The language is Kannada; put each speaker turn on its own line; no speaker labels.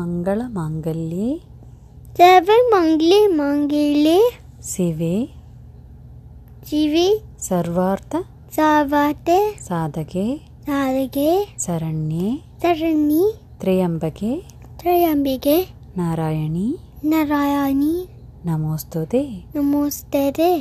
ಸರ್ವಮಂಗಳಮಾಂಗಲ್ಯೆ
ಸರ್ವಮಂಗಲೆ ಮಂಗಲೆ
ಶಿವೆ
ಶಿವೆ
ಸರ್ವಾರ್ಥ
ಸರ್ವಾತೆ
ಸಾಧಗೆ
ಸಾರಿಗೆ
ಶರಣ್ಯೆ
ತರಣಿ
ತ್ರ್ಯಂಬಗೆ
ತ್ರಯಂಬಿಗೆ
ನಾರಾಯಣಿ
ನಾರಾಯಣಿ
ನಮೋಸ್ತುತೆ
ನಮೋಸ್ತೇ